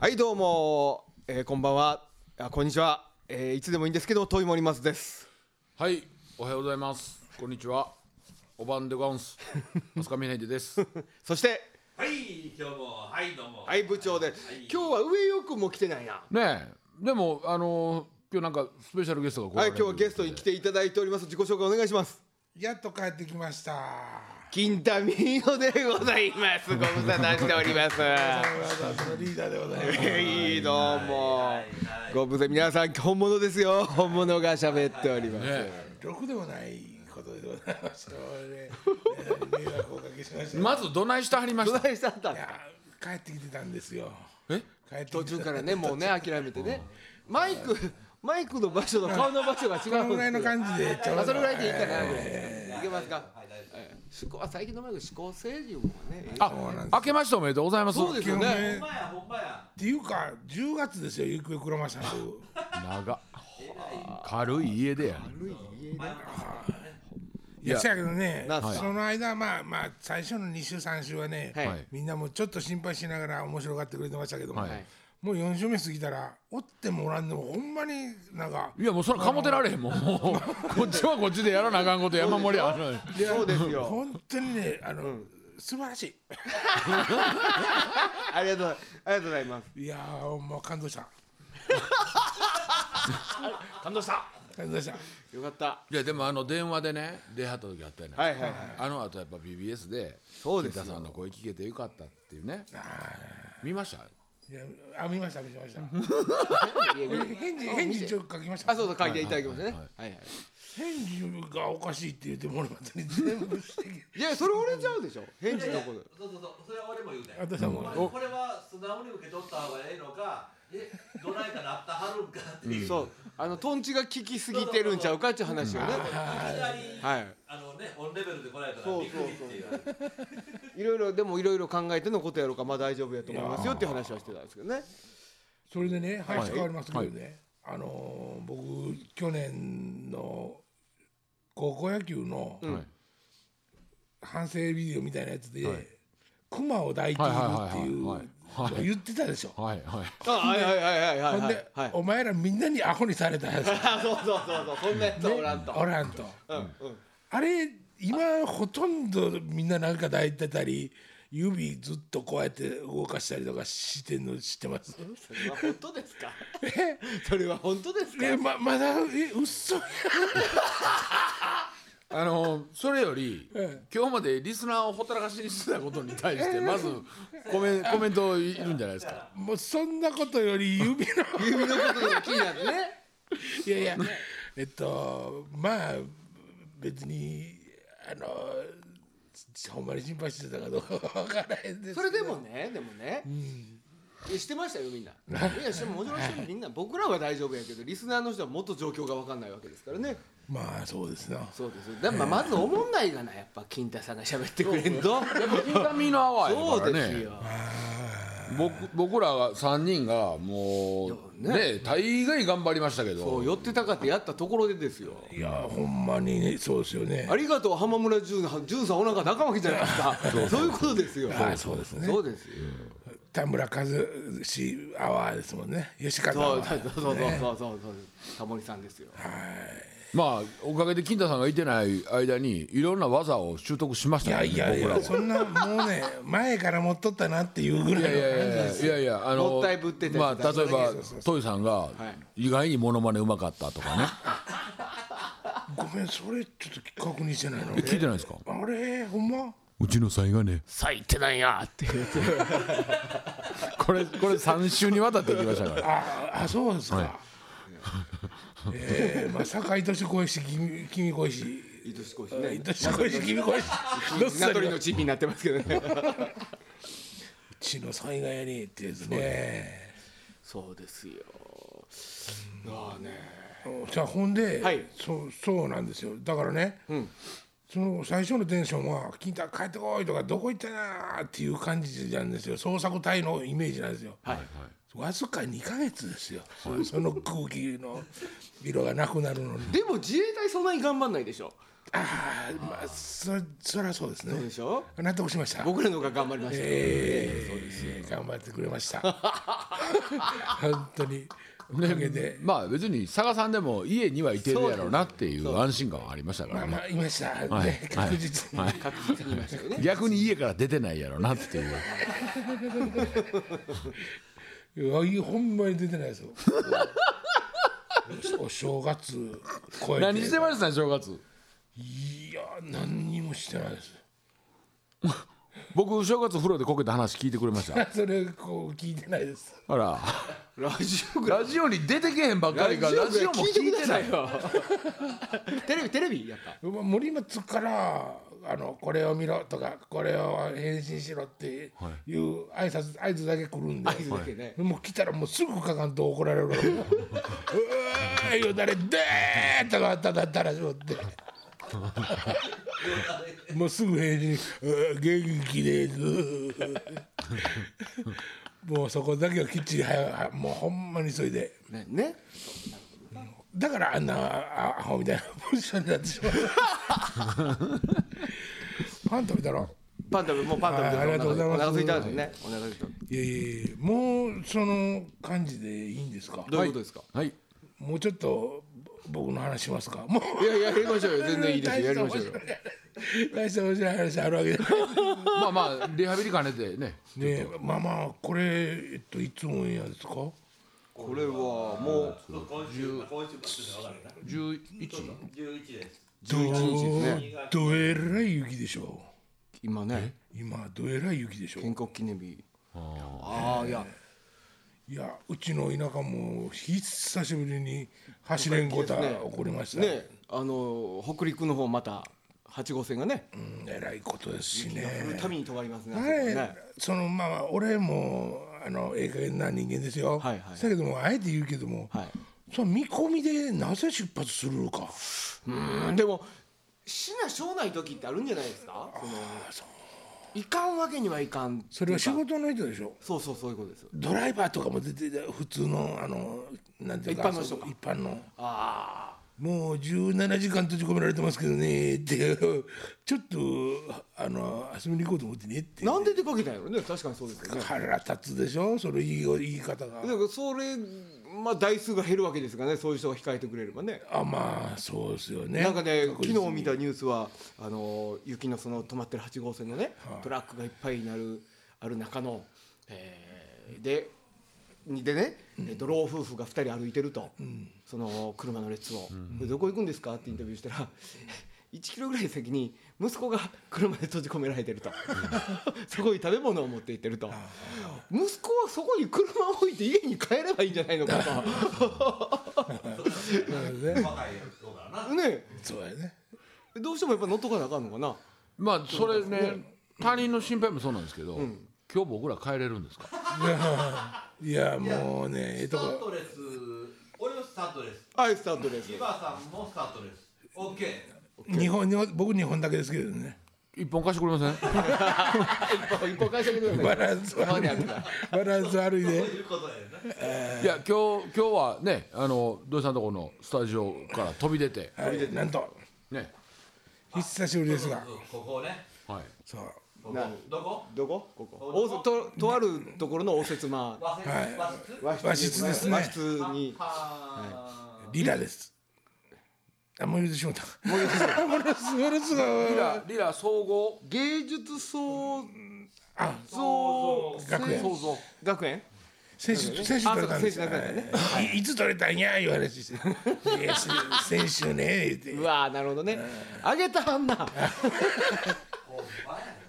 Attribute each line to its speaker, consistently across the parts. Speaker 1: はいどうも、えーこんばんはあこんにちは、えーいつでもいいんですけど遠い森松です
Speaker 2: はい、おはようございます。こんにちは。おばんでガ ンス。マスカミネイデです。
Speaker 1: そして
Speaker 3: はい、今日も、はい、どうも。
Speaker 1: はい部長で、今日は上よくも来てないな
Speaker 2: ねえ、でも、あのー今日なんかスペシャルゲストが来ら
Speaker 1: はい
Speaker 2: れ
Speaker 1: 今
Speaker 2: る
Speaker 1: 日はゲストに来ていただいております自己紹介お願いします
Speaker 4: やっと帰ってきました。
Speaker 1: 金田美ーでございますご無沙汰しております
Speaker 4: わざわざのリーダーでございま す。
Speaker 1: はいどうもご無沙汰皆さん本物ですよ本物が喋っております、
Speaker 2: ね
Speaker 4: ろくでもないことでございました。ねえ迷惑をおかけしました。
Speaker 2: えまずどないしてはりま
Speaker 1: ど
Speaker 2: し
Speaker 1: な
Speaker 2: た。
Speaker 1: いしたんだ
Speaker 4: いや帰ってきてたんですよ。
Speaker 2: え、
Speaker 4: 帰ってきてた
Speaker 1: 途中からねもうね諦めてねマイクマイクの場所と顔の場所が違うんですよ
Speaker 4: このぐらいの感じでちょう
Speaker 1: あ
Speaker 4: ど。
Speaker 1: それぐらいでいいかなぐらいですか。いけますか。ええ思考あ最近のマイク指向性いうのはね。
Speaker 2: あ
Speaker 4: うなんです、
Speaker 2: 明けましておめでとうございます。
Speaker 1: そうですよね。
Speaker 4: ね
Speaker 3: ほんまや、ほんまや。
Speaker 4: っていうか10月ですよ。ゆくゆくろまさんと。
Speaker 2: 長っ。軽い家でや。
Speaker 4: いや、せやけどね
Speaker 1: なんすか。
Speaker 4: その間まあまあ最初の2週3週はね、
Speaker 1: はい。
Speaker 2: はい
Speaker 4: みんなもうちょっと心配しながら面白がってくれてましたけども。
Speaker 2: はい
Speaker 4: もう4週目過ぎたらおってもおらんでもほんまになんか
Speaker 2: いやもうそれかもてられへんもん。もうこっちはこっちでやらなあかんこと山盛りあるのに。
Speaker 1: そうですよ。
Speaker 4: 本当にねあの、素晴らし
Speaker 1: ありがとうありがとうございます。
Speaker 4: いいやーほんま感動した
Speaker 1: 感動した。
Speaker 4: 感動した
Speaker 1: よかった。はい
Speaker 2: やでもあの電話でね出はった時あったよね。
Speaker 1: いはいはい。
Speaker 2: あの後やっぱ BBS で
Speaker 1: そうですよ
Speaker 2: 金田さんの声聞けてよかったっていうね。見ました。
Speaker 4: いやあ見ました見ました
Speaker 1: いやいや
Speaker 4: 返事返事ちょっと書きました
Speaker 1: あそうそう書いていただきましたね。はいはい。
Speaker 4: 返事がおかしいって言って物語全部してきて
Speaker 1: いやそれ俺ちゃうでしょ。返事のこと。
Speaker 3: そうそうそう、それは俺も言うて。
Speaker 4: あとさも
Speaker 3: お前これは素直に受け取った方がええのか、え、どないかなったはるんかっていう。
Speaker 1: そうあのトンチが効きすぎてるんちゃうかっていう話をね。
Speaker 3: いきなり、
Speaker 1: はい。
Speaker 3: あのね、オンレベルで来られたら
Speaker 1: そう
Speaker 3: びっくりっていう。
Speaker 1: いろいろでもいろいろ考えてのことやろうかまあ大丈夫やと思いますよっていう話はしてたんですけどね。
Speaker 4: それでね話変わりますけどね、あのー僕去年の高校野球の
Speaker 2: はい
Speaker 4: 反省ビデオみたいなやつで、熊を抱いているっていう
Speaker 2: はいはいはいはい
Speaker 4: 言ってたでしょ、
Speaker 2: はいはい。
Speaker 1: あはいはいはいはいはいは
Speaker 4: ほん
Speaker 1: い
Speaker 4: で、
Speaker 1: はい。
Speaker 4: お前らみんなにアホにされたやつ
Speaker 1: あそうそうそうそうそんなやつ はおらんと。
Speaker 4: おらんと、
Speaker 1: うんうん。
Speaker 4: あれ今ほとんどみんななんか抱いてたり指ずっとこうやって動かしたりとかしてんの知ってます
Speaker 1: それは本当ですか。 それは本当ですか。
Speaker 4: えままだえ嘘や
Speaker 2: あのそれより、
Speaker 4: え
Speaker 2: 今日までリスナーをほったらかしにしてたことに対してまずコメンコメントいるんじゃないです か。
Speaker 4: もうそんなこと より指の
Speaker 1: 指のことが気になってね。
Speaker 4: いやいやえっとまあ別にあのほんまに心配してたかどうかわからへんですけど
Speaker 1: それでもね、でもね。いやしてましたよみんな。いやしてももちろんしてるみんな僕らは大丈夫やけどリスナーの人はもっと状況が分かんないわけですからね。
Speaker 4: まあそうですな
Speaker 1: そうです。だまあまずおもんないがなやっぱ金太さんが喋ってくれんと。
Speaker 2: 痛みの泡や
Speaker 1: そ
Speaker 2: か
Speaker 1: う
Speaker 2: ら
Speaker 1: です
Speaker 2: ね
Speaker 1: よ。
Speaker 2: 僕僕らが3人がもうね大概頑張りましたけ
Speaker 1: そ
Speaker 2: ど
Speaker 1: う寄ってたかってやったところでですよ。
Speaker 4: いやほんまにねそうですよね
Speaker 1: ありがとう浜村淳淳さんお腹仲間わけじゃないですか。そういうことですよ。
Speaker 4: あそうですね
Speaker 1: そうですよ。
Speaker 4: 田村和志アワーですもんね吉
Speaker 1: そ
Speaker 4: 川ア
Speaker 1: う
Speaker 4: ワ
Speaker 1: そうそ
Speaker 4: ー
Speaker 1: うそうそうそうそう。タモリさんですよ。
Speaker 2: まあおかげで金田さんがいてない間にいろんな技を習得しまし
Speaker 4: い
Speaker 2: た
Speaker 4: や
Speaker 2: からね
Speaker 4: いやいやそんなもうね前から持っとったなっていうぐらいの
Speaker 2: いやいやいやいやいやあの
Speaker 1: もったいぶってた
Speaker 2: まあ
Speaker 1: やつだ
Speaker 2: 例えばトイさんが意外にモノマネうまかったとかね
Speaker 4: ごめんそれちょっと確認してないの
Speaker 2: 聞いてないですか
Speaker 4: あれほんま
Speaker 2: うちの才がね
Speaker 1: 咲いてないやって言って
Speaker 2: これこれ3週にわたっていきましたから
Speaker 4: ああそうですか、ええまあ坂井敏子石君君子石
Speaker 1: 愛しこし
Speaker 4: 愛
Speaker 1: ね
Speaker 4: し子石君子石どっさ
Speaker 1: 名取
Speaker 4: り
Speaker 1: の地域になってますけどね
Speaker 4: うちの災害やねってやつね
Speaker 1: そうですよああね
Speaker 4: じゃあほんで、
Speaker 1: はい
Speaker 4: そうそうなんですよだからね、その最初のテンションは「金太帰ってこい」とか「どこ行ったな」っていう感じなんですよ創作隊のイメージなんですよ。
Speaker 1: はい
Speaker 4: わずか2ヶ月ですよ、その空気の色がなくなるのに
Speaker 1: でも自衛隊そんなに頑張んないでしょ
Speaker 4: あーまあそそりゃそうですね
Speaker 1: そうでしょ
Speaker 4: 納得しました
Speaker 1: 僕らの方が頑張りましたよ、
Speaker 4: ええ頑張ってくれました本当におかげで、
Speaker 2: まあ別に佐賀さんでも家にはいてるやろうなっていう安心感はありましたか
Speaker 4: ま
Speaker 2: ら
Speaker 4: あ
Speaker 2: ね
Speaker 4: まあいました、
Speaker 2: い
Speaker 4: ね
Speaker 2: はい
Speaker 4: 確実に、
Speaker 1: 確実に言いましたよね
Speaker 2: 逆に家から出てないやろうなっていう
Speaker 4: いやいやほんまに出てない ですよお正月超えて
Speaker 2: 何してました正月
Speaker 4: いや何にもしてないです
Speaker 2: 僕正月風呂でこけた話聞いてくれました
Speaker 4: それこう聞いてないです
Speaker 2: あら
Speaker 1: ラジオぐらい
Speaker 2: ラジオに出てけへんばっかりからラジオも聞いてない
Speaker 1: よ テレビテレビやっぱ
Speaker 4: まあ森松からあのこれを見ろとかこれを返信しろっていう挨拶合図だけ来るんで、
Speaker 1: 合図だけね、
Speaker 4: もう来たらもうすぐかかんと怒られるから もううーいよだれでーとかただったらしょって もうすぐ返事「うー元気です」 もうそこだけはきっちり早もうほんまに急いで
Speaker 1: ねね
Speaker 4: だからあんなあアホみたいなポジションになってしまう パン食べたろ
Speaker 1: パン食べもうパン食べてる
Speaker 4: はいありがとうございます
Speaker 1: お腹空いたんでねお腹空いた
Speaker 4: いやいやいやもうその感じでいいんですか
Speaker 1: どういうことですか、
Speaker 2: はい
Speaker 4: もうちょっとぼ僕の話しますかもう
Speaker 1: い、やいややりましょうよ全然いいですよやりましょうよ
Speaker 4: 大した面白い話あるわけじゃない
Speaker 2: まあまあリハビリ兼ねてね
Speaker 4: ねえまあまあこれえっといつもやですか
Speaker 1: これはもう
Speaker 3: 今週今週末でわかるな
Speaker 2: 11
Speaker 3: 11です
Speaker 4: ど
Speaker 1: 11ですね
Speaker 4: どえらい雪でしょ
Speaker 1: 今ね
Speaker 4: う今どえらい雪でしょう
Speaker 1: 建国記念日ああいや
Speaker 4: いやうちの田舎も久しぶりに走れんごた起こりました
Speaker 1: ねあの北陸の方また八号線がね
Speaker 4: うんえらいことですしね
Speaker 1: 降るたびに止まりますね
Speaker 4: あ
Speaker 1: あそ
Speaker 4: れ
Speaker 1: こね
Speaker 4: そのまあ俺もあのええ加減な人間ですよ、
Speaker 1: はいはい
Speaker 4: だけどもあえて言うけども、
Speaker 1: はい
Speaker 4: その見込みでなぜ出発するのか
Speaker 1: うんでも市内省内時ってあるんじゃないですかそのいかんわけにはいかんっていうか
Speaker 4: それは仕事の人でしょ
Speaker 1: そうそうそういうことです
Speaker 4: ドライバーとかも出て普通のあのなんていうか
Speaker 1: 一般の人か
Speaker 4: そう一般の
Speaker 1: あ
Speaker 4: もう17時間閉じ込められてますけどねっていうちょっとあの遊びに行こうと思ってねって
Speaker 1: あなんで出かけたんやろね確かにそうですよね
Speaker 4: 腹立つでしょその言い言い方が
Speaker 1: だからそれまあ台数が減るわけですからねそういう人が控えてくれればね
Speaker 4: あまあそうですよね
Speaker 1: なんかね
Speaker 4: 確
Speaker 1: 昨
Speaker 4: 実に
Speaker 1: 日見たニュースはあの雪のその止まってる8号線のね、トラックがいっぱいになるある中の、えーででね、えっと老夫婦が2人歩いてると、その車の列を、でどこ行くんですか?」ってインタビューしたら。1キロぐらい先に息子が車で閉じ込められてると そこに食べ物を持って行ってると息子はそこに車を置いて家に帰ればいいんじゃないのか
Speaker 3: 若いやつそうだな
Speaker 1: とね
Speaker 4: そうやね
Speaker 1: どうしてもやっぱ乗っとかなあかんのかな
Speaker 2: まあそれね他人の心配もそうなんですけど、今日僕ら帰れるんですか
Speaker 4: いやもうねええ
Speaker 3: スタ
Speaker 4: とこ
Speaker 3: ートレス俺はスタートレス
Speaker 1: はいスタートです
Speaker 3: 千葉さんもスタートレスオッケー
Speaker 4: 日本日本僕日本だけですけどね
Speaker 2: 一本貸してくれません
Speaker 1: 一本返してあげてくださ
Speaker 4: バ
Speaker 1: い。
Speaker 4: ランス
Speaker 1: たま
Speaker 4: 悪
Speaker 1: に
Speaker 4: い
Speaker 1: あるから
Speaker 4: バランス悪い
Speaker 3: そう
Speaker 4: で
Speaker 3: いうことやな。
Speaker 2: いや今日今日はねあの土井さんのとこのスタジオから飛び出て
Speaker 4: はいなんと
Speaker 2: ね
Speaker 4: 久しぶりですが
Speaker 3: うんここね。
Speaker 2: はい
Speaker 4: そう
Speaker 3: ここ
Speaker 1: な
Speaker 3: どこ？
Speaker 1: どこ？ここ。おせととあるところの応接間
Speaker 3: 和室。
Speaker 4: はい
Speaker 3: 和室。
Speaker 1: 和
Speaker 4: 和室ですね
Speaker 1: 和室に
Speaker 3: はー
Speaker 4: リラですあもう言うてし まったもう言うてしまったものすごいものすごい
Speaker 2: リラリラ総合
Speaker 1: 芸術創
Speaker 4: あ
Speaker 1: 造
Speaker 4: 学園
Speaker 1: 創造学園。
Speaker 4: 選手選手取れたんです
Speaker 1: あそうか選手取れたんだね
Speaker 4: はいいつ取れたんやいう話して いやし選手ね言
Speaker 1: う
Speaker 4: って
Speaker 1: わーなるほどね。あげたはんな。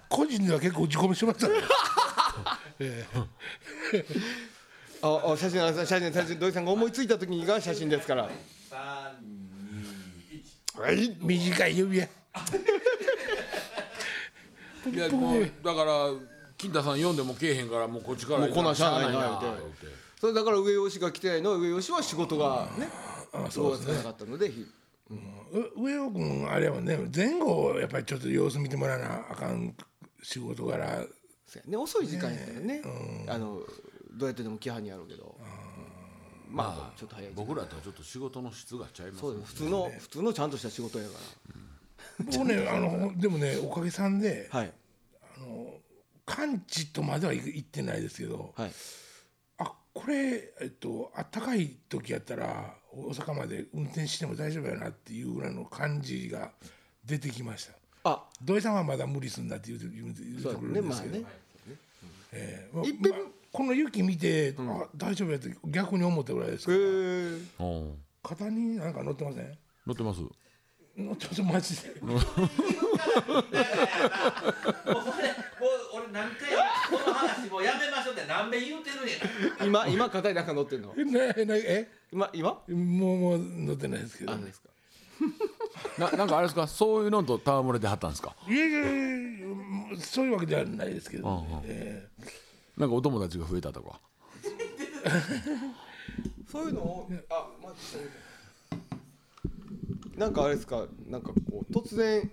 Speaker 4: 個人では結構打ち込みしま したね
Speaker 1: ああ写真あ写真写真土井さんが思いついた時が写真ですから。
Speaker 3: 三二一。
Speaker 4: はい短い指や
Speaker 2: いやもうだから金太さん読んでもけえへんからもうこっちから
Speaker 1: もうこんなんしゃあないな
Speaker 2: しゃあないなって
Speaker 1: それだから上吉が来てないのは上吉は仕事がね。
Speaker 4: あそ
Speaker 1: そうう
Speaker 4: です
Speaker 1: がなかったのでひ
Speaker 4: う上尾君あれはね前後やっぱりちょっと様子見てもらわなあかん仕事柄
Speaker 1: そうやね遅い時間やったらねあのどうやってでも来はんやろうけどうんまあちょっと早い時間
Speaker 2: 僕らとはちょっと仕事の質がちゃいます
Speaker 1: そう
Speaker 2: ね
Speaker 1: です普通の普通のちゃんとした仕事やか
Speaker 4: 僕 ねあのでもねおかげさんで
Speaker 1: らはい
Speaker 4: 完治とまではい行ってないですけど
Speaker 1: はい
Speaker 4: あこれえっとあったかい時やったら大阪まで運転しても大丈夫やなっていうぐらいの感じが出てきました
Speaker 1: あ
Speaker 4: 土井さんはまだ無理すんだっていう言う言
Speaker 1: そ
Speaker 4: う
Speaker 1: う
Speaker 4: と
Speaker 1: や
Speaker 4: ころ
Speaker 1: ね
Speaker 4: で
Speaker 1: ますあ
Speaker 4: けど、
Speaker 1: ね
Speaker 4: ええま
Speaker 1: いっぺん
Speaker 4: まあこの雪見て、あ大丈夫やって逆に思ったぐらいです
Speaker 1: へ
Speaker 4: から、
Speaker 1: え
Speaker 2: うん
Speaker 4: 肩になんか乗ってません
Speaker 2: 乗ってます
Speaker 4: 乗ってますマジで
Speaker 3: もうそれもう俺何回もこの話もうやめましょうって何べん言うてるんや
Speaker 1: 今今肩になんか乗ってんの
Speaker 4: え ななえ
Speaker 1: 今今
Speaker 4: もうもう乗ってないですけど
Speaker 1: あ
Speaker 4: ね
Speaker 1: のですか
Speaker 2: ななんかあれですかそういうのと戯れてはったんですか
Speaker 4: いやいやいやうんそういうわけではないですけど、ね
Speaker 2: うんうん
Speaker 4: え
Speaker 2: なんかお友達が増えたとか
Speaker 1: そういうのをあまずそういうのなんかあれですかなんかこう突然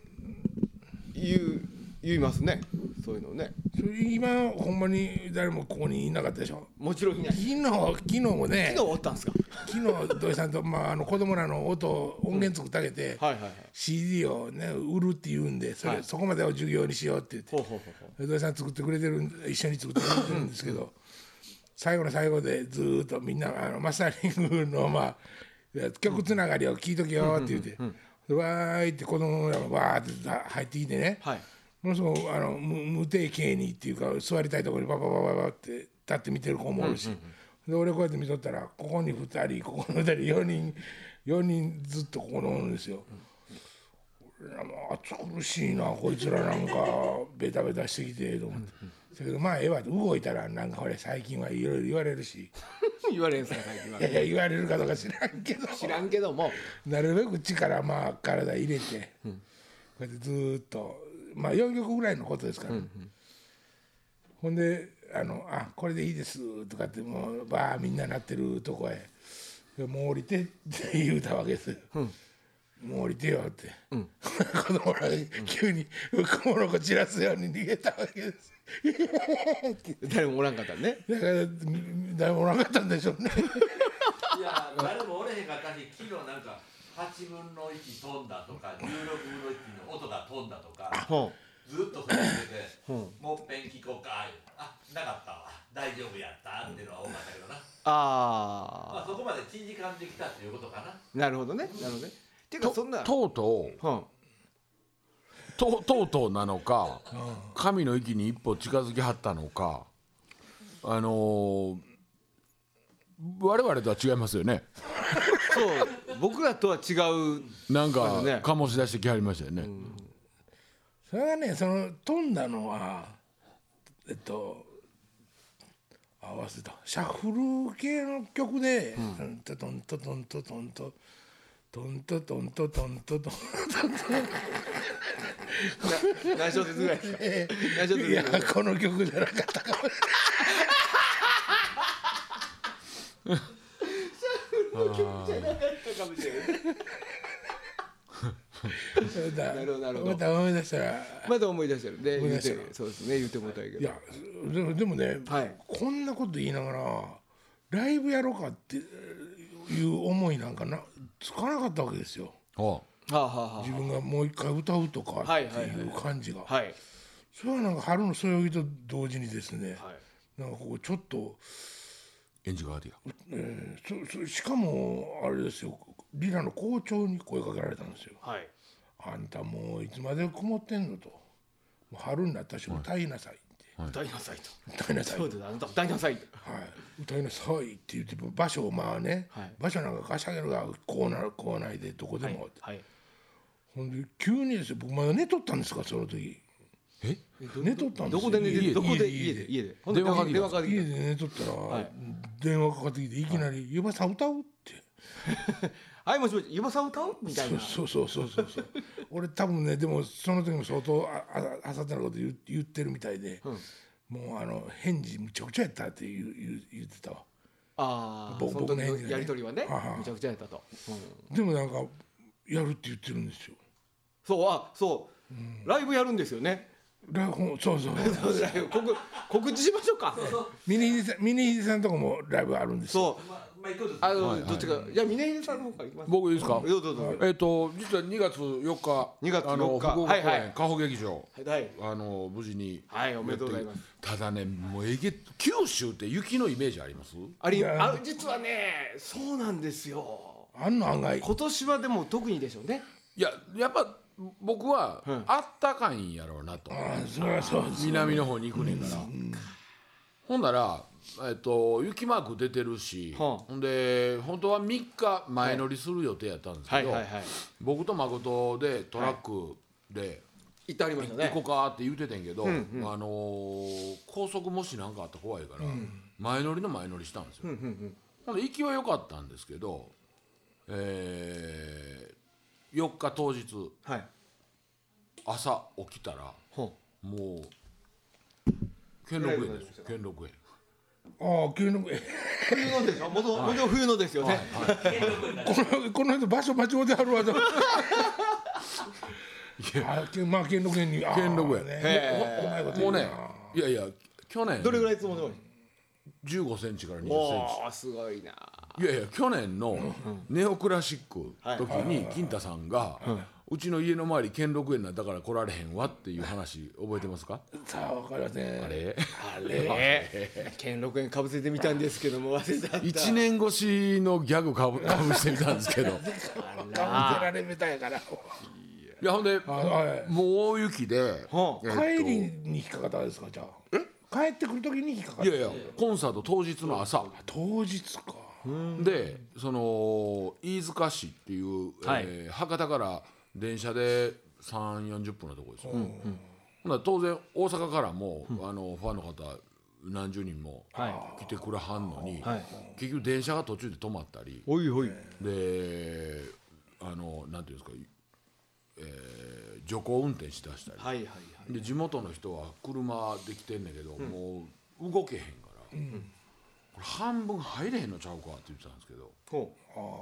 Speaker 1: 言う言いますねそういうのね
Speaker 4: えそれ今ほんまに誰もここにいなかったでしょ
Speaker 1: もちろんいない
Speaker 4: 昨日昨日もね
Speaker 1: 昨日おったんですか
Speaker 4: 昨日土井さんと、まあ、あの子供らの音を音源作ってあげて、
Speaker 1: はいはいはい
Speaker 4: CD を、ね、売るって言うんでそれ、
Speaker 1: はい
Speaker 4: そこまでを授業にしようって言って
Speaker 1: ほうほうほうほう
Speaker 4: 土井さん作ってくれてるん一緒に作ってくれてるんですけど最後の最後でずーっとみんなあのマスタリングの、まあ、曲つながりを聞いとけよって言って「わーい」って子供らがわーって入ってきてね、
Speaker 1: はい
Speaker 4: ものすごくあの無無定型にっていうか座りたいところにバババババって立って見てる子もおるし、で俺こうやって見とったらここに2人ここの2人4人4人ずっとここにおるんですよ。俺らも暑苦しいなこいつらなんかベタベタしてきてと思って。だけどまあええわ動いたらなんかほれ最近はいろいろ言われるし
Speaker 1: 言われんすか最近はい
Speaker 4: やいや言われるかどうか知らんけど
Speaker 1: 知らんけども
Speaker 4: なるべく力まあ体入れて、こうやってずーっとまあ4曲ぐらいのことですからね、ほんで「あのあこれでいいです」とかってもうバーみんななってるとこへ「でもう降りて」 って言うたわけですよ。もう降りてよって、 子供らが急に コモロコ散らすように逃げたわけです。
Speaker 1: 誰もおらんかったね
Speaker 4: だから誰もおらなかったんでしょうね。
Speaker 3: いや誰もおれへんかったし昨日なんか8分の1飛んだとか16分の1の音が飛んだとか
Speaker 1: ほ
Speaker 3: ずっとそれ見てて
Speaker 1: う、うん、
Speaker 3: もっぺん聞こうか言うあなかったわ大丈夫やったっていうのは多かったけどなまあ
Speaker 1: あ
Speaker 3: そこまで1時間できたっていうことかな
Speaker 1: あなるほどねなるほどねていう
Speaker 2: と
Speaker 1: かそんな
Speaker 2: とうとう
Speaker 1: うん
Speaker 2: ととうとうなのか神の域に一歩近づきはったのかあのー我々とは違いますよね
Speaker 1: そう僕らとは違う
Speaker 2: なんか
Speaker 1: そうですね
Speaker 2: 醸し出してきはりましたよね、
Speaker 4: それがねその飛んだのはえっと合わせたシャッフル系の曲で「うん、トトントトントトントトントトントトントトン
Speaker 1: な何小節ぐらいですか何小節
Speaker 4: い
Speaker 1: ぐら
Speaker 4: や
Speaker 1: いですか
Speaker 4: この曲じゃなかったかも
Speaker 1: かもしれない
Speaker 4: それだ
Speaker 1: なるほどなるほど
Speaker 4: また思い出したら
Speaker 1: まだ思い出してるで
Speaker 4: 思い
Speaker 1: 言
Speaker 4: 出
Speaker 1: う
Speaker 4: して
Speaker 1: て
Speaker 4: る
Speaker 1: そうですね言うてもうたんやけ
Speaker 4: い
Speaker 1: ど
Speaker 4: やでもでもね、
Speaker 1: はい
Speaker 4: こんなこと言いながらライブやろうかっていう思いなんかなつかなかったわけですよ
Speaker 2: おう
Speaker 1: はあはあは
Speaker 4: 自分がもう一回歌うとかっ
Speaker 1: はい
Speaker 4: て
Speaker 1: はいはい
Speaker 4: いう感じが。
Speaker 1: あはい
Speaker 4: それはなんか春のそよぎと同時にですね、
Speaker 1: はい
Speaker 4: なんかこうちょっと、
Speaker 2: エンジガーディ
Speaker 4: えーそそしかもあれですよリラの校長に声かけられたんですよ
Speaker 1: はい
Speaker 4: 「あんたもういつまでこもってんの?」と「もう春になったし歌いなさい」って、
Speaker 1: 歌いなさいと
Speaker 4: 歌いなさい」
Speaker 1: そうですあなた歌いなさいと
Speaker 4: はい、歌いなさい」って言って場所をまあね、
Speaker 1: はい
Speaker 4: 場所なんか貸してあげるがこうなるこうないでどこでも、
Speaker 1: はい
Speaker 4: ほんで急にですよ僕まだ寝とったんですからその時
Speaker 2: え
Speaker 4: 寝とったんで
Speaker 1: ど
Speaker 4: すよ
Speaker 1: こで寝て
Speaker 2: 家で
Speaker 1: るどこで
Speaker 4: 家
Speaker 1: 家
Speaker 4: で
Speaker 1: で家でほん
Speaker 2: 電話かけてき
Speaker 1: 電
Speaker 2: た
Speaker 1: 話かけてき
Speaker 4: 家
Speaker 1: た
Speaker 4: で寝とったら、
Speaker 1: い
Speaker 4: 電話かかってきていきなり「湯葉さん歌う?」って
Speaker 1: はいもしもし湯葉さん歌うみたいな
Speaker 4: そうそうそうそうそう 俺多分ねでもその時も相当あああさってのこと言う言ってるみたいで、もうあの返事むちゃくちゃやったって言う言う言ってたわ
Speaker 1: ああ
Speaker 4: ぼ
Speaker 1: その時
Speaker 4: 僕
Speaker 1: の
Speaker 4: の返事がね
Speaker 1: やり取りはね
Speaker 4: はあはあ
Speaker 1: めちゃくちゃやったとうん
Speaker 4: でもなんかやるって言ってるんですよ
Speaker 1: そうあそう、ライブやるんですよね
Speaker 4: ラフそ うそう
Speaker 1: ライブ告告知しましょうか
Speaker 4: 峰秀さん峰秀さんとこもライブあるんですよ
Speaker 1: そう
Speaker 3: まあ、まあ、一個ずつ。
Speaker 1: あの、どっちかいや峰秀さんの方からいきます
Speaker 2: 僕いいですか
Speaker 1: どうぞどうぞ
Speaker 2: えっ、と実は2月4日
Speaker 1: 2月4日
Speaker 2: あの福岡公演、
Speaker 1: はいはい
Speaker 2: 加穂劇場
Speaker 1: はい
Speaker 2: あの無事に
Speaker 1: はいおめでとうございます
Speaker 2: ただねもうえげ九州って雪のイメージあります
Speaker 1: あ
Speaker 4: い
Speaker 1: り
Speaker 4: や
Speaker 1: あ実はねそうなんですよ
Speaker 4: あんの案外
Speaker 1: 今年はでも特にでしょうね
Speaker 2: いややっぱ僕は、
Speaker 1: うん
Speaker 2: あったかいんやろうなと
Speaker 4: あそりゃそうです
Speaker 2: 南の方に行くねんから、ほんなら、えっと雪マーク出てるし、
Speaker 1: はあ
Speaker 2: ほんで本当は3日前乗りする予定やったんですけど、
Speaker 1: い
Speaker 2: 僕と誠でトラックで、
Speaker 1: 行ってありましたね
Speaker 2: 行こうかって言うててんけど、あのー高速もし何かあったら怖いから、前乗りの前乗りしたんですよ、
Speaker 1: うんうん
Speaker 2: ほんで行きは良かったんですけど、えー、4日当日
Speaker 1: うんはい
Speaker 2: 朝起きたら
Speaker 1: ほ
Speaker 2: もう兼六園ですよ兼六園
Speaker 4: ああ急にえ
Speaker 1: う冬のですよもともと冬のですよね
Speaker 4: このこの人場所間違うてはるわとあけまあ兼六園にあー
Speaker 2: 兼六園
Speaker 1: へ
Speaker 4: ねうまいこと
Speaker 2: もう
Speaker 4: 言うな
Speaker 2: ねいやいや去年
Speaker 1: どれぐらい積もりまし
Speaker 2: 1 5ンチから2
Speaker 1: たお
Speaker 2: 0ンチ
Speaker 1: おすごいない
Speaker 2: やいや去年のネオクラシック時に金太さんが「うちの家の周り兼六園なんだから来られへんわ」っていう話覚えてますか
Speaker 4: さあ分かりません
Speaker 2: あれ
Speaker 1: あれ兼六園かぶせてみたんですけども忘れちゃった
Speaker 2: 1年越しのギャグかぶかぶしてみたんですけ ど
Speaker 4: あ出られみたいから
Speaker 2: いやほんで
Speaker 4: あはい
Speaker 2: もう大雪で
Speaker 1: ほう
Speaker 2: えっと
Speaker 4: 帰りに引っかかったんですかじゃあ帰ってくる時に引っかかっ
Speaker 2: い
Speaker 4: た
Speaker 2: やいやコンサート当日の朝
Speaker 4: 当日か
Speaker 2: でその飯塚市っていう、
Speaker 1: はい
Speaker 2: えー博多から電車で3 4 0分のところですよ、ほんなら当然大阪からも、あのファンの方何十人も
Speaker 1: は
Speaker 2: 来てくれはんのに、
Speaker 1: はい
Speaker 2: 結局電車が途中で止まったり
Speaker 1: おいおい
Speaker 2: であのなんていうんですか、えー、徐行運転しだしたり、
Speaker 1: はいはいはい
Speaker 2: で地元の人は車で来てんねんけど、もう動けへんから、これ半分入れへんのちゃうかって言ってたんですけど。
Speaker 1: ほ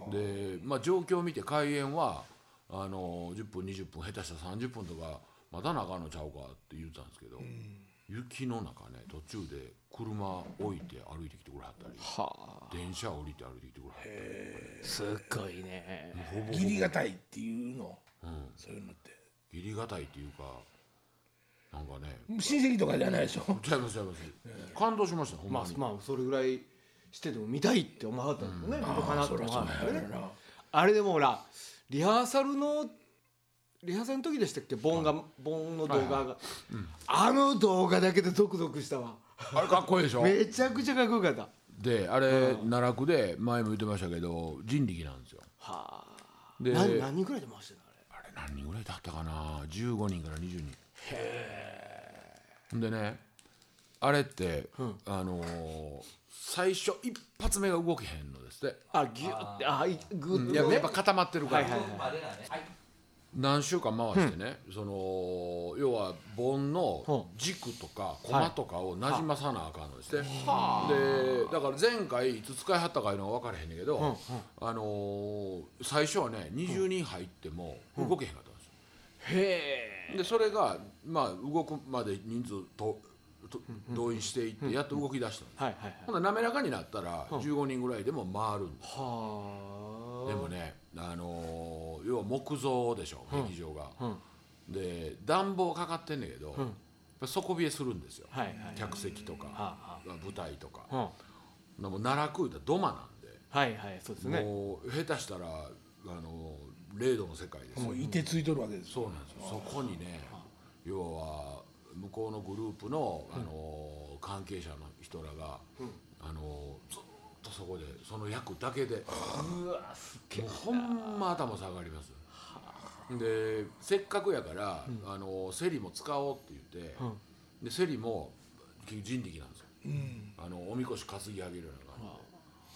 Speaker 1: う
Speaker 2: で、まあ、状況を見て開演はあの10分20分下手したら30分とかまたなあかんのちゃうかって言ってたんですけど、雪の中ね途中で車置いて歩いてきてくれはったり
Speaker 1: は
Speaker 2: 電車降りて歩いてきてくれはったり
Speaker 1: あすっごいね
Speaker 4: 義理がたいっていうの、そういうのって
Speaker 2: 義理がたいっていうかなんかね
Speaker 4: 親戚とかじゃないでしょ
Speaker 2: ちゃいますちゃいます感動しましたほん
Speaker 1: ま
Speaker 2: ま
Speaker 1: あ
Speaker 2: に、
Speaker 1: まあそれぐらいしてでも見たいって思わなかったんですよねどうかなって思わなかったんですよね
Speaker 4: な
Speaker 1: あれでもほらリハーサルのリハーサルの時でしたっけボンが、ボンの動画が、あの動画だけでゾクゾクしたわ
Speaker 2: あれかっこいいでしょ
Speaker 1: めちゃくちゃかっこよかったは
Speaker 2: であれ奈落で前も言ってましたけど人力なんですよ
Speaker 1: あ
Speaker 2: で
Speaker 1: 何何人ぐらいで回してんのあれ
Speaker 2: あれ何人ぐらいだったかな15人から20人へえでねあれって、あのー最初一発目が動けへんのですって
Speaker 1: あギュッてあいグッ
Speaker 2: い
Speaker 1: て
Speaker 2: や
Speaker 1: ね
Speaker 2: やっぱ固まってるから、
Speaker 1: はいはい
Speaker 3: までだね。はい。
Speaker 2: 何週間回してね、その要は盆の軸とかコマとかをなじまさなあかんのですね、でだから前回いつ使いはったかいうのは分からへんねんけど、あのー最初はね20人入っても動けへんかったんですよ、
Speaker 1: へえ
Speaker 2: でそれが、まあ、動くまで人数とと動員していってやっと動き出したの、
Speaker 1: はいはいはい
Speaker 2: ほんなら滑らかになったら15人ぐらいでも回るんです、
Speaker 1: はあ
Speaker 2: でもね、あのー要は木造でしょ劇場が、で暖房かかってんねんけど、やっぱ底冷えするんですよ、
Speaker 1: はいはいはい
Speaker 2: 客席とか、舞台とか、
Speaker 1: うんは
Speaker 2: でもう奈落いうたら土間なんで、
Speaker 1: いはいそうですね
Speaker 2: もう下手したら、あのー、0度の世界ですよ
Speaker 4: もういてついとるわけです
Speaker 2: そうなんですよそこにね要は向こうのグループの、あのー関係者の人らが、あのーずっとそこでその役だけでも
Speaker 1: うわすっげ
Speaker 2: う
Speaker 1: え
Speaker 2: ほんま頭下がりますでせっかくやから、あのーセリも使おうって言って、でセリも結局人力なんですよ、あのおみこし担ぎ上げるような感じで。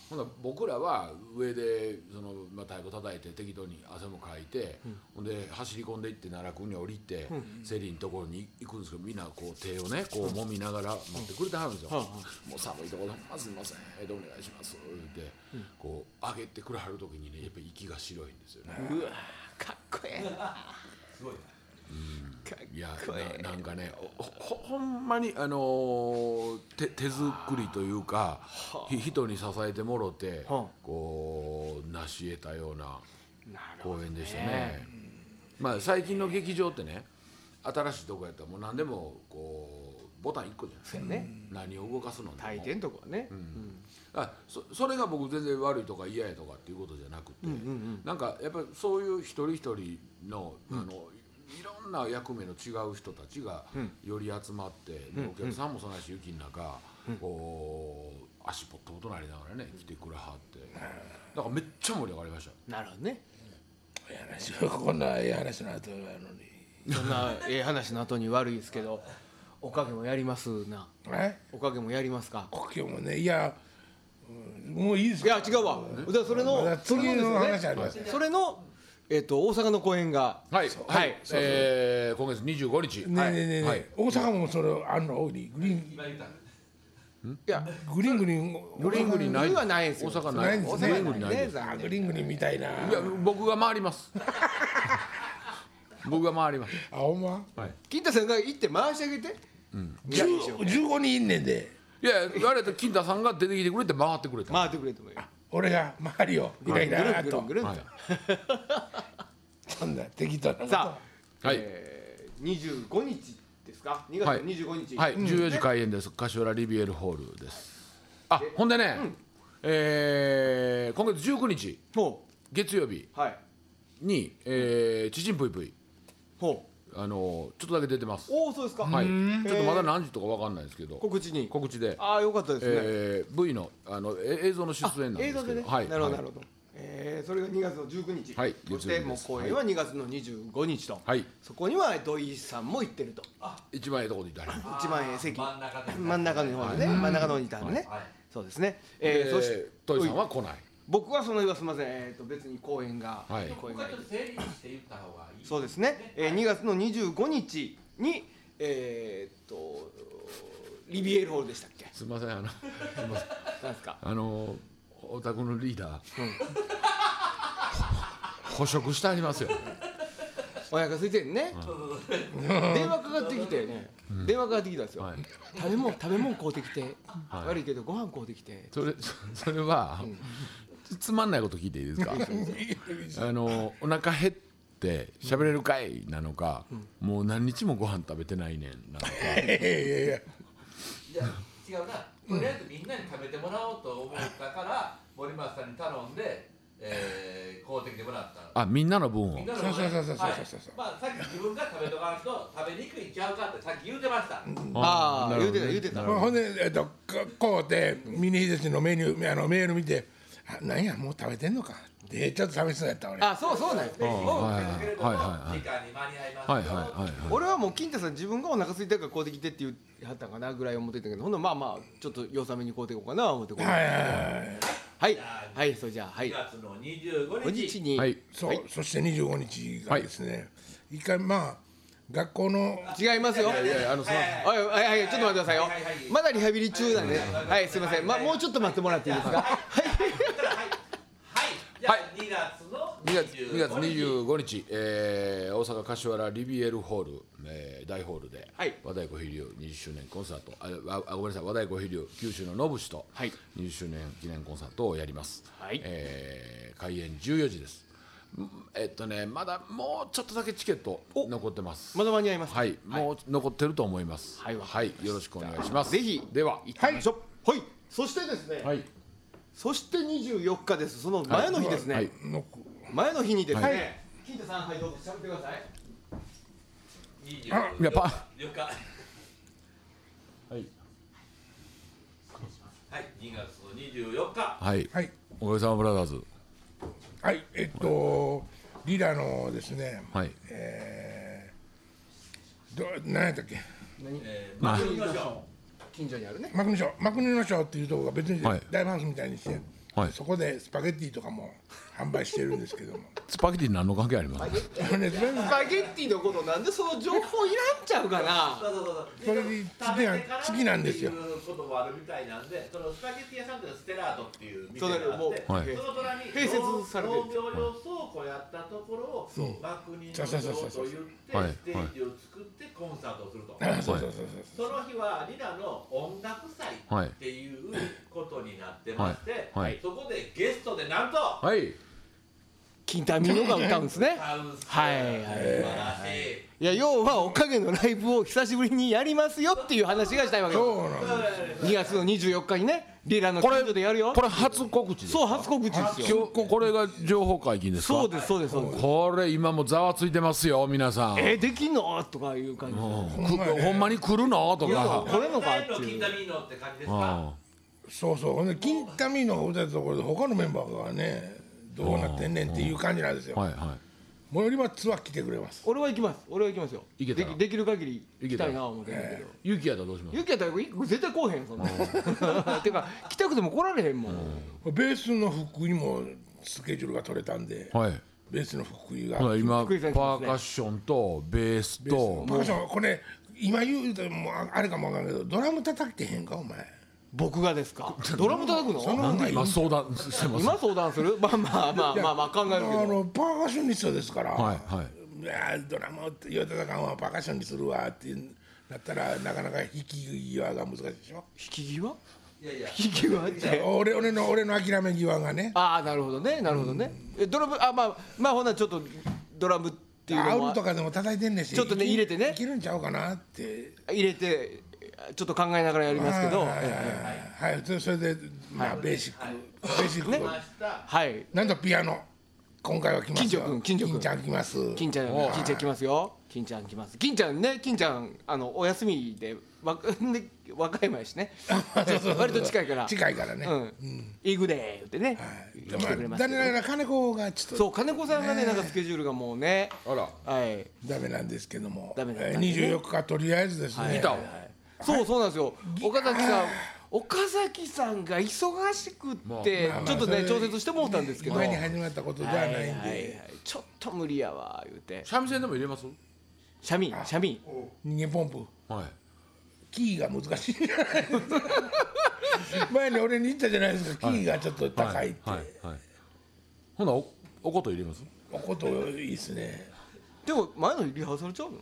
Speaker 2: ほんなら僕らは上でその、まあ、太鼓叩いて適当に汗もかいて、ほんで走り込んでいって奈良君に降りて、セリンのところに行くんですけどみんなこう手をねこう揉みながら持ってくれてはるんですよ、もう寒いところほんますいませんえっとお願いします」ってこう上げてくれはる時にねやっぱり息が白いんですよね。
Speaker 1: うわーかっこええなか
Speaker 3: すごいな。
Speaker 1: っ
Speaker 2: いや
Speaker 1: こええ
Speaker 2: ななんかねほほほんまに、あのー手手作りというかひ人に支えてもろて、
Speaker 1: はあ
Speaker 2: こう成し得たような
Speaker 1: なるほ
Speaker 2: 公演でしたねまあ、最近の劇場ってね新しいとこやったらもう何でもこうボタン1個じゃないですか、
Speaker 1: どね
Speaker 2: 何を動かすのでも
Speaker 1: 大抵のとこはねうん
Speaker 2: あそそれが僕全然悪いとか嫌やとかっていうことじゃなくて、なんかやっぱりそういう一人一人の,、あのいろんな役目の違う人たちがより集まって、お客さんもそないし雪の中、こう足ポットポトなりながらね来てくれはって、だからめっちゃ盛り上がりましたよ
Speaker 1: なるほどね
Speaker 4: ええ話をこんなええ話の後やのに
Speaker 1: そんなええ話の後に悪いですけどおかげもやりますな
Speaker 4: はい
Speaker 1: おかげもやりますか
Speaker 4: 国境もねいや、うんもういいです
Speaker 1: いや違うわだからそれの
Speaker 4: まだ次の
Speaker 1: それです
Speaker 4: 話
Speaker 1: よ
Speaker 4: あ
Speaker 1: ね
Speaker 4: りますね
Speaker 1: それのえっと大阪の公演が
Speaker 2: はい
Speaker 1: は
Speaker 2: はいいえー今月25日、
Speaker 4: ねえねえねえねえ、
Speaker 2: はい
Speaker 4: 大阪もそれあんの大にグリーン
Speaker 3: 今言ったの。
Speaker 1: いや
Speaker 4: グリーングリーン
Speaker 2: グリーングリーンな
Speaker 1: グ
Speaker 2: い
Speaker 1: リーンはないんですよ
Speaker 2: 大阪
Speaker 4: な
Speaker 2: ない
Speaker 4: いんですね
Speaker 2: グリーングリーンないです
Speaker 1: ね
Speaker 4: あグリーングリーンみたいない
Speaker 2: や僕が回ります僕が回ります
Speaker 4: あほんま
Speaker 2: はい
Speaker 1: 金太さんが行って回してあげて
Speaker 4: 10 15人いんねんで
Speaker 2: いや言われた金太さんが出てきてくれて回ってくれた、
Speaker 1: 回ってくれと思うよ
Speaker 4: 俺が周りをイライ
Speaker 1: ぐる
Speaker 4: ラ
Speaker 1: んぐ
Speaker 4: っ
Speaker 1: る
Speaker 4: と
Speaker 1: んぐるんと
Speaker 2: はい
Speaker 4: そんな適当なこと
Speaker 1: さあ
Speaker 2: はい
Speaker 1: えー25日ですか2月
Speaker 2: はい
Speaker 1: 25日
Speaker 2: はい、
Speaker 1: うん
Speaker 2: 14時開演です。柏リビエルホールです。あ、ほんでね、えー今月19日
Speaker 1: ほ
Speaker 2: 月曜日
Speaker 1: うはい
Speaker 2: に、えー、チチンプイプイ
Speaker 1: ほう
Speaker 2: あのちょっとだけ出てます。
Speaker 1: おおそうですか
Speaker 2: はい、ちょっとまだ
Speaker 1: えー
Speaker 2: 何時とかわかんないですけど、
Speaker 1: 告知に
Speaker 2: 告知で、
Speaker 1: ああよかったですね
Speaker 2: えー、V のあのえ映像の出演なんで
Speaker 1: 映像
Speaker 2: すけ
Speaker 1: で
Speaker 2: ど、
Speaker 1: ね、
Speaker 2: はい、
Speaker 1: なるほど
Speaker 2: は
Speaker 1: ないるほど、えーそれが2月の19日、
Speaker 2: はい
Speaker 1: そしてもう公演は2月の25日と、
Speaker 2: はい
Speaker 1: そこには土井さんも行ってると
Speaker 2: 一番いいところでいただきます。
Speaker 1: 一番ええ席
Speaker 3: 真ん中で
Speaker 1: 真ん中の方でね、真ん中の方にいたんでね、
Speaker 3: はい
Speaker 1: そうですね、えー
Speaker 2: えー
Speaker 1: そして
Speaker 2: トイさんは来ない。
Speaker 1: 僕はその日はすみません、えー、と別に公演が、
Speaker 2: はい
Speaker 1: 公演
Speaker 3: 僕
Speaker 1: が
Speaker 3: はちょっと整理して言った方がいい。
Speaker 1: そうですね、えー2月の25日にえーっとリビエールホールでしたっけ
Speaker 2: すみません、あの、す みません。
Speaker 1: なんですか
Speaker 2: あのお宅のリーダー、 捕食してありますよ。
Speaker 1: お腹空いてんね、電話かかってきてね、電話かかってきたんですよ、
Speaker 2: はい、
Speaker 1: 食べ物食べ物買うてきて、
Speaker 2: はい
Speaker 1: 悪いけどご飯買うてきて
Speaker 2: それそれは、つまんないこと聞いていいですか。あのお腹減って喋れるかいなのか、もう何日もご飯食べてないねんなのか。
Speaker 4: いやいやいや
Speaker 3: いや違うな。とりあえずみんなに食べてもらおうと思ったから森松さんに頼んで、えー、買うてきてもらった。
Speaker 2: あみんなの分を
Speaker 3: みん。なの
Speaker 4: そうそうそうそうそうそう
Speaker 3: はいまあさっき自分が食べとかんと食べにくいんちゃうかってさっき言うてました。
Speaker 1: ああ
Speaker 2: なる
Speaker 1: 言うて
Speaker 2: ほど
Speaker 1: た言うてた
Speaker 2: なる
Speaker 4: ほんで、えっと、こうて峰秀氏のメニューあのメール見て「あなんやもう食べてんのか」ってちょっと寂しそうやった俺
Speaker 1: あそうそうなんです
Speaker 3: で、
Speaker 2: あ
Speaker 3: も
Speaker 2: はい
Speaker 3: だけれども
Speaker 2: はいはいはい
Speaker 3: 時間に間に合いますよ。
Speaker 2: はいはいはいはい。
Speaker 1: 俺はもう金太さん自分がお腹空いたからこうできてって言ってはったんかなぐらい思ってたけどほんならまあまあちょっと良さめにこうていこうかな思ってこう
Speaker 4: は
Speaker 1: はい
Speaker 4: いはいはい
Speaker 1: はい、それじゃあはい
Speaker 3: 2月の25
Speaker 1: 5
Speaker 3: 日
Speaker 1: 日に、
Speaker 2: はい。
Speaker 4: そう、そして25日がですね、一回まあ学校の
Speaker 1: 違いますよ
Speaker 2: いやいやあのその
Speaker 1: おいはいはいちょっと待ってくださいよ
Speaker 3: はいはいはい
Speaker 1: まだリハビリ中なんでねはいすいませんまもうちょっと待ってもらっていいですか
Speaker 3: はい。じゃあ2月の
Speaker 2: 2月2月
Speaker 3: 25
Speaker 2: 25日、えー大阪柏原リビエルホール、えー大ホールで、
Speaker 1: はい
Speaker 2: 和太鼓飛龍20周年コンサートあわあごめんなさい和太鼓飛龍九州のノブ氏と
Speaker 1: はい
Speaker 2: 20周年記念コンサートをやります、
Speaker 1: はい
Speaker 2: えー開演14時ですんえっとねまだもうちょっとだけチケット残ってます
Speaker 1: まだ間に合います
Speaker 2: はい、もう残ってると思います
Speaker 1: はいわか
Speaker 2: よろしくお願いします
Speaker 1: ぜひ
Speaker 2: では
Speaker 1: 行ってみましょうはい、そしてですね、
Speaker 2: はい
Speaker 1: そして24日ですその前の日ですね、
Speaker 2: はい
Speaker 4: の
Speaker 1: 前の日にですね、
Speaker 4: はい
Speaker 1: 金太さんはいどうぞ喋ってください
Speaker 3: 日
Speaker 2: いやパン
Speaker 3: 4日
Speaker 2: はい、
Speaker 3: はい2月の24日
Speaker 2: はい
Speaker 4: はい
Speaker 2: おかげさまブラザーズ
Speaker 4: はいえっとリラのですね、
Speaker 2: はい
Speaker 4: えー、ど何やったっけ
Speaker 3: えーまあ行きましょう
Speaker 1: 近所にあるね
Speaker 4: 幕の賞幕の賞っていうとこが別に
Speaker 2: はい
Speaker 4: 大ファンスみたいにして
Speaker 2: はい
Speaker 4: そこでスパゲッティとかも販売してるんですけども
Speaker 2: スパゲティ何の関係ありますか
Speaker 4: あのねスパゲッ
Speaker 1: スパゲッティのことなんでその情報いらんちゃうかな
Speaker 3: そうそうそう
Speaker 4: スパゲッティ好きなん好きなんですよ
Speaker 3: っていうこともあるみたいなんで、そのスパゲッティ屋さんっていうのはステラートっていう店があ
Speaker 1: そう
Speaker 3: って、
Speaker 1: だ
Speaker 2: もう
Speaker 3: その隣に
Speaker 1: はい併設されてる
Speaker 3: 農業用倉庫やったところを幕人
Speaker 4: そう
Speaker 3: の
Speaker 4: そうそ
Speaker 3: 城
Speaker 4: うそ
Speaker 3: と
Speaker 4: う
Speaker 3: 言って、
Speaker 2: はい
Speaker 3: ステージを作ってコンサートをすると。
Speaker 4: あそうそうそう
Speaker 3: その日はリナの音楽祭っていうことになってまして、
Speaker 2: はいはい
Speaker 3: そこでゲストでなんと、
Speaker 2: はい
Speaker 1: 金田美濃が歌うんですね
Speaker 3: カウンセラ
Speaker 1: はいは
Speaker 3: ー
Speaker 1: い
Speaker 3: 素晴らしい。
Speaker 1: いや要はおかげのライブを久しぶりにやりますよっていう話がしたいわけ
Speaker 4: そう
Speaker 1: よ
Speaker 4: そうなんで
Speaker 1: 2月の24日にねリラの
Speaker 2: こ
Speaker 1: 近
Speaker 2: れ
Speaker 1: 所でやるよ
Speaker 2: これ初告知です
Speaker 1: そう初告知ですよ
Speaker 2: 今日これが情報解禁ですか
Speaker 1: そうですそうですそうです
Speaker 2: これ今もざわついてますよ皆さん、
Speaker 1: えーできんのとかいう感じ
Speaker 2: うんくほんまに来るのと
Speaker 1: いや
Speaker 2: か
Speaker 1: これのかって
Speaker 3: の
Speaker 1: い
Speaker 3: 金
Speaker 1: う
Speaker 3: 田ミーノって感じです
Speaker 2: う
Speaker 3: か。
Speaker 2: ん
Speaker 4: すそうそうほんで金民の歌ったところで他のメンバーがねどうなってんねんっていう感じなんですよ
Speaker 2: はいは
Speaker 4: 最寄りはツアー来てくれます
Speaker 1: 俺は行きます俺は行きますよ
Speaker 2: 行け
Speaker 1: で
Speaker 2: たら
Speaker 1: きできる限り行きたい
Speaker 2: 行けた
Speaker 1: な思ってるけど
Speaker 2: いユキやったらどうします
Speaker 1: ゆきやったら絶対来おへんそんな てか来たくても来られへんもん
Speaker 4: ベースの服にもスケジュールが取れたんで
Speaker 2: はい
Speaker 4: ベースの服が
Speaker 2: ほな今パ
Speaker 1: 福井さん来ます
Speaker 2: ー
Speaker 1: ね
Speaker 2: カッションとベースと
Speaker 4: パーカッションこれ今言うともうああれかもわからんけどドラム叩けてへんかお前
Speaker 1: 僕がですかドラム叩く
Speaker 4: その
Speaker 1: の
Speaker 4: 方がいい
Speaker 2: 今相談してます
Speaker 1: 今相談す るまあまあまあまあまあ考えるけ
Speaker 4: あ
Speaker 1: ど
Speaker 4: のパーカッションリストですから、
Speaker 2: はいはい
Speaker 4: いやドラムって言うたらかんわパーカッションにするわってなったらなかなか引き際が難しいでしょ
Speaker 1: 引き際
Speaker 3: いやいや。
Speaker 1: 引き際って
Speaker 4: 俺俺の俺の諦め際がね
Speaker 1: ああなるほどねなるほどね、えドラムあまあまあほなちょっとドラムっていう
Speaker 4: ア
Speaker 1: の
Speaker 4: ウル
Speaker 1: も
Speaker 4: とかでも叩いてんねんし
Speaker 1: ちょっとね
Speaker 4: いけ
Speaker 1: 入れてね
Speaker 4: いけるんちゃうかなって
Speaker 1: 入れてちょっと考えながらやりますけど
Speaker 4: はいはいはいはいそれそれで、まあ、ベーシック、ベーシック、
Speaker 3: ました。
Speaker 1: はい
Speaker 4: なんとピアノ今回は来ます
Speaker 1: 金城
Speaker 4: よ
Speaker 1: 君金城君
Speaker 4: 金ちゃん来ます
Speaker 1: 金ちゃん
Speaker 2: おう
Speaker 1: 金ちゃん来ますよ金ちゃん来ます金ちゃんね金ちゃんあのお休みでわ で若い前し ね割と近いから
Speaker 4: 近いからね、
Speaker 1: うん行くでーってね、
Speaker 4: で
Speaker 1: 来
Speaker 4: も
Speaker 1: てくれますけ
Speaker 4: 残
Speaker 1: ど
Speaker 4: 念ながら金子がちょっと
Speaker 1: そう金子さんがねなんかスケジュールがもうね
Speaker 2: あら
Speaker 1: はい
Speaker 4: ダメなんですけども、
Speaker 1: ダメだった
Speaker 4: え
Speaker 1: ね
Speaker 4: ー、24日とりあえずですね、
Speaker 1: はい
Speaker 2: 板を
Speaker 1: そうそうなんですよ岡崎さん岡崎さんが忙しくって
Speaker 4: まあまあ
Speaker 1: ちょっとね
Speaker 4: それ
Speaker 1: 調節してもうたんですけど
Speaker 4: 前に始まったことではないん
Speaker 1: は
Speaker 4: で、
Speaker 1: いはいはいちょっと無理やわ言うて
Speaker 2: 三味線でも入れます
Speaker 1: シャミシャミ
Speaker 4: 人間ポンプ
Speaker 2: はい
Speaker 4: キーが 難しいじゃないですか前に俺に言ったじゃないですかキーがちょっと高いって、
Speaker 2: はいはいはいほなおおこと入れます
Speaker 4: おこといいですね
Speaker 1: でも前のリハーサルちゃうの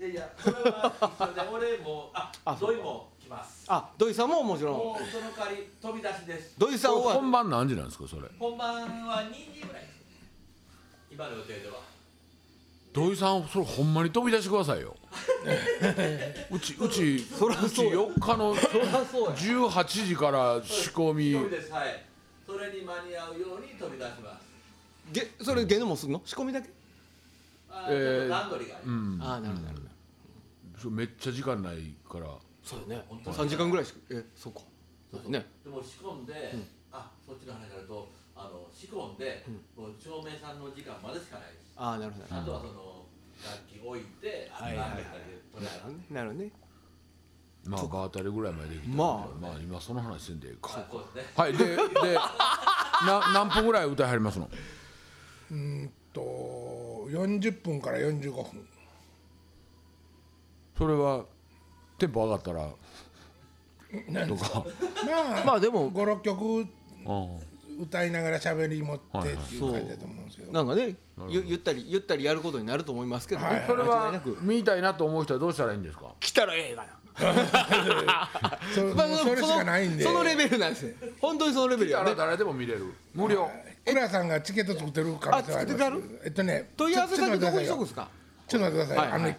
Speaker 3: いやいや、これは一緒で、俺も、あ、土井も来ます。
Speaker 1: あ土井さんももちろん
Speaker 3: もうその代わり飛び出しです。
Speaker 1: 土井さんは
Speaker 2: 本番何時なんですかそれ
Speaker 3: 本番は2時ぐらいです。今の予定では。
Speaker 2: 土井さんそれほんまに飛び出してくだ さいようちうちうち
Speaker 1: そらそうや
Speaker 2: 4日の
Speaker 1: そりゃそうや
Speaker 2: 18時から仕込み
Speaker 3: 飛びです。はい。それに間に合うように飛び出します。
Speaker 1: げそれゲノもすんの仕込みだけ
Speaker 3: あ
Speaker 2: えー
Speaker 3: ー、ちょっと段取りがあり
Speaker 2: う
Speaker 3: ます。
Speaker 2: ん
Speaker 1: ああなるほどなるほど
Speaker 2: そうめっちゃ時間ないから
Speaker 1: そうよね
Speaker 3: 本当に
Speaker 1: 3時間ぐらいしかえそうかそうだね
Speaker 3: でも仕込んで、あ、そっちの話になると、あの仕込んで、もう照明さんの時間までしかないです。
Speaker 1: ああなるほど
Speaker 3: あとはその楽器置いて、
Speaker 1: はいはいはい
Speaker 3: 投げたりとりあえず
Speaker 1: なるほどね
Speaker 2: まあ場当たりぐらいまでできたんで
Speaker 1: まあ
Speaker 2: まあ今その話せんでええ
Speaker 3: あ
Speaker 2: か
Speaker 3: そうですね。
Speaker 2: はいででな何分ぐらい歌いはりますの
Speaker 4: うーんと40分から45分
Speaker 2: それはテンポ上がったら
Speaker 4: なん
Speaker 2: と
Speaker 4: ですか
Speaker 2: か
Speaker 4: まあ、
Speaker 1: まあでも
Speaker 4: 56曲
Speaker 2: うん
Speaker 4: 歌いながら喋り持って
Speaker 2: はいはい
Speaker 4: っていう感じだと思うんですけど、
Speaker 1: なんかねゆゆったりゆったりやることになると思いますけど
Speaker 4: はい
Speaker 1: ね
Speaker 2: それ
Speaker 1: 間違いな
Speaker 2: は
Speaker 1: く
Speaker 2: 見たいなと思う人はどうしたらいいんですか
Speaker 1: 来たらええがな
Speaker 4: そ
Speaker 1: まあ
Speaker 4: もうそれしかないんで
Speaker 1: そのレベルなんですよ本当にそのレベル
Speaker 2: 見た
Speaker 1: やね
Speaker 2: ら誰でも見れる無料
Speaker 4: 倉さんがチケット作ってる可能性はありま
Speaker 1: あ
Speaker 4: す
Speaker 1: 作ってく
Speaker 4: えっとね
Speaker 1: 問い合わせ
Speaker 4: ちょ
Speaker 1: 先
Speaker 4: ちょ
Speaker 1: ど
Speaker 4: っと
Speaker 1: こ
Speaker 4: 待
Speaker 1: に
Speaker 4: ってください
Speaker 1: し
Speaker 4: よ
Speaker 1: とくんですか
Speaker 4: ちょっと待ってください、
Speaker 1: はいはい
Speaker 4: あの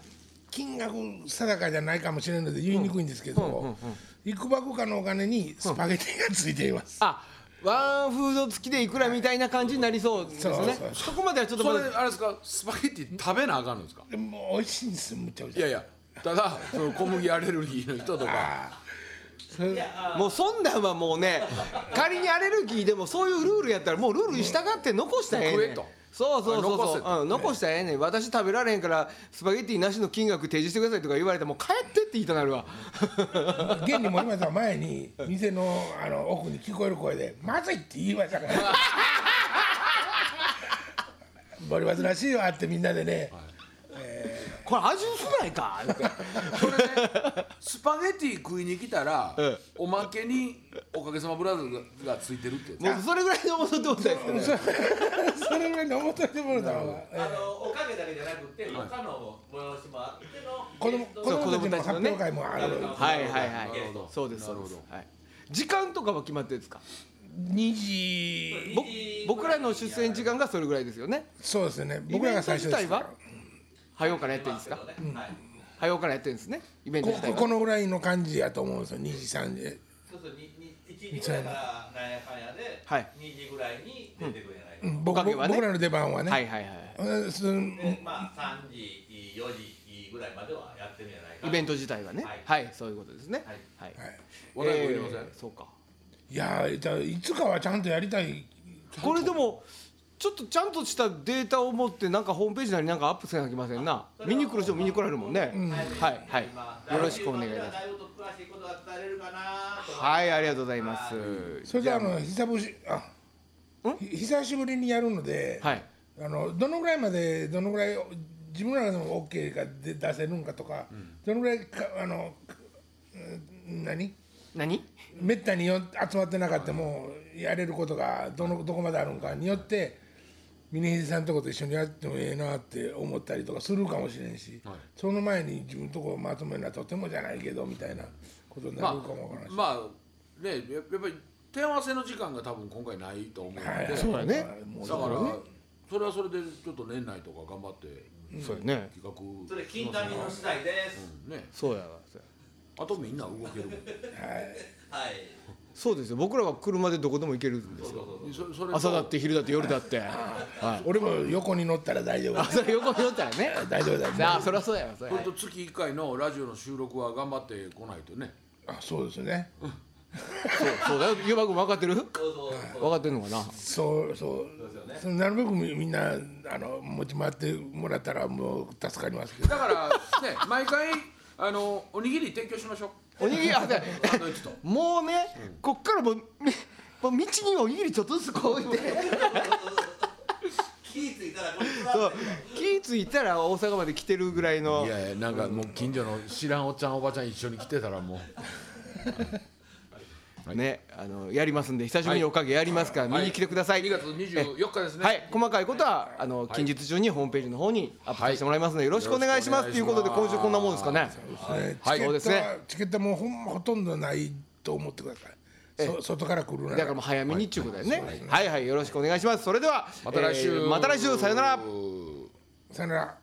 Speaker 4: 金額定かじゃないかもしれないので言いにくいんですけど、いくばくかのお金にスパゲティがついています、
Speaker 1: あワンフード付きでいくらみたいな感じになりそうです
Speaker 4: そうそう
Speaker 1: ね
Speaker 4: そう
Speaker 1: そこまではちょっと
Speaker 2: そ
Speaker 1: ま
Speaker 2: れ
Speaker 1: だ
Speaker 2: あれですかスパゲッティ食べなあかんのですか
Speaker 4: でも美味しいんですよむちゃくちゃ
Speaker 2: いやいやただその小麦アレルギーの人とか
Speaker 4: あーそれ
Speaker 1: もうそんなんはもうね仮にアレルギーでもそういうルールやったらもうルールに従って残したらええ
Speaker 2: 食
Speaker 1: ね
Speaker 2: え
Speaker 1: ん
Speaker 2: と
Speaker 1: そうそうそう
Speaker 2: 残
Speaker 1: そ
Speaker 2: せ
Speaker 1: う
Speaker 2: と
Speaker 1: うん、残したらええねん私食べられへんからスパゲッティなしの金額提示してくださいとか言われてもう帰ってって言いたなるわ
Speaker 4: 現に森松さん前に店のあの奥に聞こえる声で「まずい!」って言いまし たから森松らしいわってみんなでね、
Speaker 1: これ味薄ないか言うて
Speaker 2: それねスパゲティ食いに来たら、
Speaker 1: ん
Speaker 2: おまけにおかげさまブラザーズがついてるっ て
Speaker 1: もうそれぐらいの戻ってことですけどね
Speaker 4: それぐらいに思っといてもらった方が、
Speaker 3: あのおかげだけじゃなくて他の催しもあっての
Speaker 4: 子供
Speaker 3: ゲ
Speaker 4: 子
Speaker 3: スト
Speaker 1: そう子
Speaker 4: 供たちの
Speaker 1: 供たち
Speaker 4: 発
Speaker 1: のね
Speaker 4: 表会もある
Speaker 3: なるほど
Speaker 1: はいはいはい
Speaker 3: なるほど
Speaker 1: そうです
Speaker 2: な
Speaker 1: そ
Speaker 2: る
Speaker 1: う
Speaker 2: ほ
Speaker 1: で
Speaker 2: ど
Speaker 1: す、はい、時間とかは決まってるんですか
Speaker 4: 2時
Speaker 1: ぼ僕らの出演時間がそれぐらいですよね
Speaker 4: そうですね僕らが最初ですか
Speaker 1: イベント自早
Speaker 4: ら
Speaker 1: うからやってるんですか
Speaker 3: まあけどねはい
Speaker 1: 早うからやってるんですねイベント
Speaker 4: こ
Speaker 1: 自体は
Speaker 4: このぐらいの感じやと思うんですよ2時3時
Speaker 3: そうそうにに1時ぐらいからなんやかんやで、
Speaker 1: はい
Speaker 3: 2時ぐらいに出てくれないと、
Speaker 4: 僕
Speaker 1: おかげはね
Speaker 4: 僕らの出番はね、
Speaker 1: はいはいは
Speaker 4: うんその
Speaker 3: でまあ3時4時ぐらいまではやってるんじゃないか
Speaker 1: いイベント自体はね
Speaker 3: はい
Speaker 1: はい、そういうことですね
Speaker 3: はい
Speaker 1: はい、
Speaker 4: はい
Speaker 2: 話題もいりません、
Speaker 1: えーそうか
Speaker 4: いやーじゃあいつかはちゃんとやりたい
Speaker 1: これでもちょっとちゃんとしたデータを持ってなんかホームページなりなんかアップせなきゃいけませんな見に来る人も見に来られるもんね、
Speaker 4: ん
Speaker 1: はいはいよろしくお願いいたします
Speaker 3: だいぶと詳しいことが伝えれるかなと思って
Speaker 1: はいありがとうございます
Speaker 3: は
Speaker 4: それであ
Speaker 1: じゃ
Speaker 4: の久しぶ
Speaker 1: ん
Speaker 4: りひ久しぶりにやるので、
Speaker 1: あはい
Speaker 4: あのどのぐらいまでどのぐらい自分らでも OK が出出せるんかとか、どのぐらいかあのうん何
Speaker 1: 何
Speaker 4: めったによ集まってなかったもやれることがどのどこまであるのかによって峰秀さんとこと一緒にやってもええなって思ったりとかするかもしれんし、
Speaker 2: はい
Speaker 4: その前に自分とこまとめるのはとてもじゃないけどみたいなことにな
Speaker 2: ま
Speaker 4: るかもわから
Speaker 2: あ
Speaker 4: んし、
Speaker 2: まあねややっぱり手合わせの時間が多分今回ないと思うので、
Speaker 4: はいはい
Speaker 1: そうやね
Speaker 4: もう
Speaker 2: だから、
Speaker 4: ね
Speaker 2: それはそれでちょっと年内とか頑張って、
Speaker 1: そうやね
Speaker 2: 企画
Speaker 3: それ金谷の次第です、
Speaker 2: ね
Speaker 1: そうやわそうや
Speaker 2: あとみんな動けるもん
Speaker 3: はい
Speaker 1: そうですよ僕らは車でどこでも行けるんですよ
Speaker 2: そそれと
Speaker 1: 朝だって昼だって夜だってはい
Speaker 4: 俺も横に乗ったら大丈
Speaker 1: あ
Speaker 4: 夫
Speaker 1: それ横に乗ったらね
Speaker 4: 大丈夫だよ
Speaker 1: あそりゃそうやわそれ
Speaker 2: それと月1回のラジオの収録は頑張ってこないとね
Speaker 4: あそうですね
Speaker 1: そうそうだよ湯葉君分かってる分
Speaker 3: どうぞそう
Speaker 1: かってんのかな
Speaker 4: そうそう
Speaker 3: ですよね
Speaker 4: そのなるべくみみんなあの持ち回ってもらったらもう助かりますけど
Speaker 2: だからね毎回あのおにぎり提供しましょう
Speaker 1: おにぎりあだ
Speaker 2: サンドイッチと
Speaker 1: もうねこっからもうみもう道におにぎりちょっとずつこう置いて
Speaker 3: 気ぃついたらこいつ
Speaker 1: そう
Speaker 3: は
Speaker 1: 気ぃついたら大阪まで来てるぐらいの
Speaker 2: いやいやなんかもう近所の知らんおっちゃんおばちゃん一緒に来てたらもうはい
Speaker 1: ねあのやりますんで久しぶりにおかげやりますから見に来てください
Speaker 2: 2月24日ですね
Speaker 1: はい、細かいことは、あの近日中にホームページの方にアップさせてもらいますので、よろしくお願いしますということで、
Speaker 2: よろ
Speaker 1: 今
Speaker 2: しく
Speaker 1: 週
Speaker 2: お願いします
Speaker 1: こんなもんですかね。
Speaker 4: ね
Speaker 1: はい
Speaker 4: チケ
Speaker 1: そうで
Speaker 4: ッ
Speaker 1: す
Speaker 4: トは
Speaker 1: ね
Speaker 4: チケットもほんまほとんどないと思ってくださいそ外から来るな
Speaker 1: だからもう早めにっちゅうことだよね。はいはい、よろしくお願いします。それでは、
Speaker 2: また来週
Speaker 1: えーまた来週、さよなら。
Speaker 4: さよなら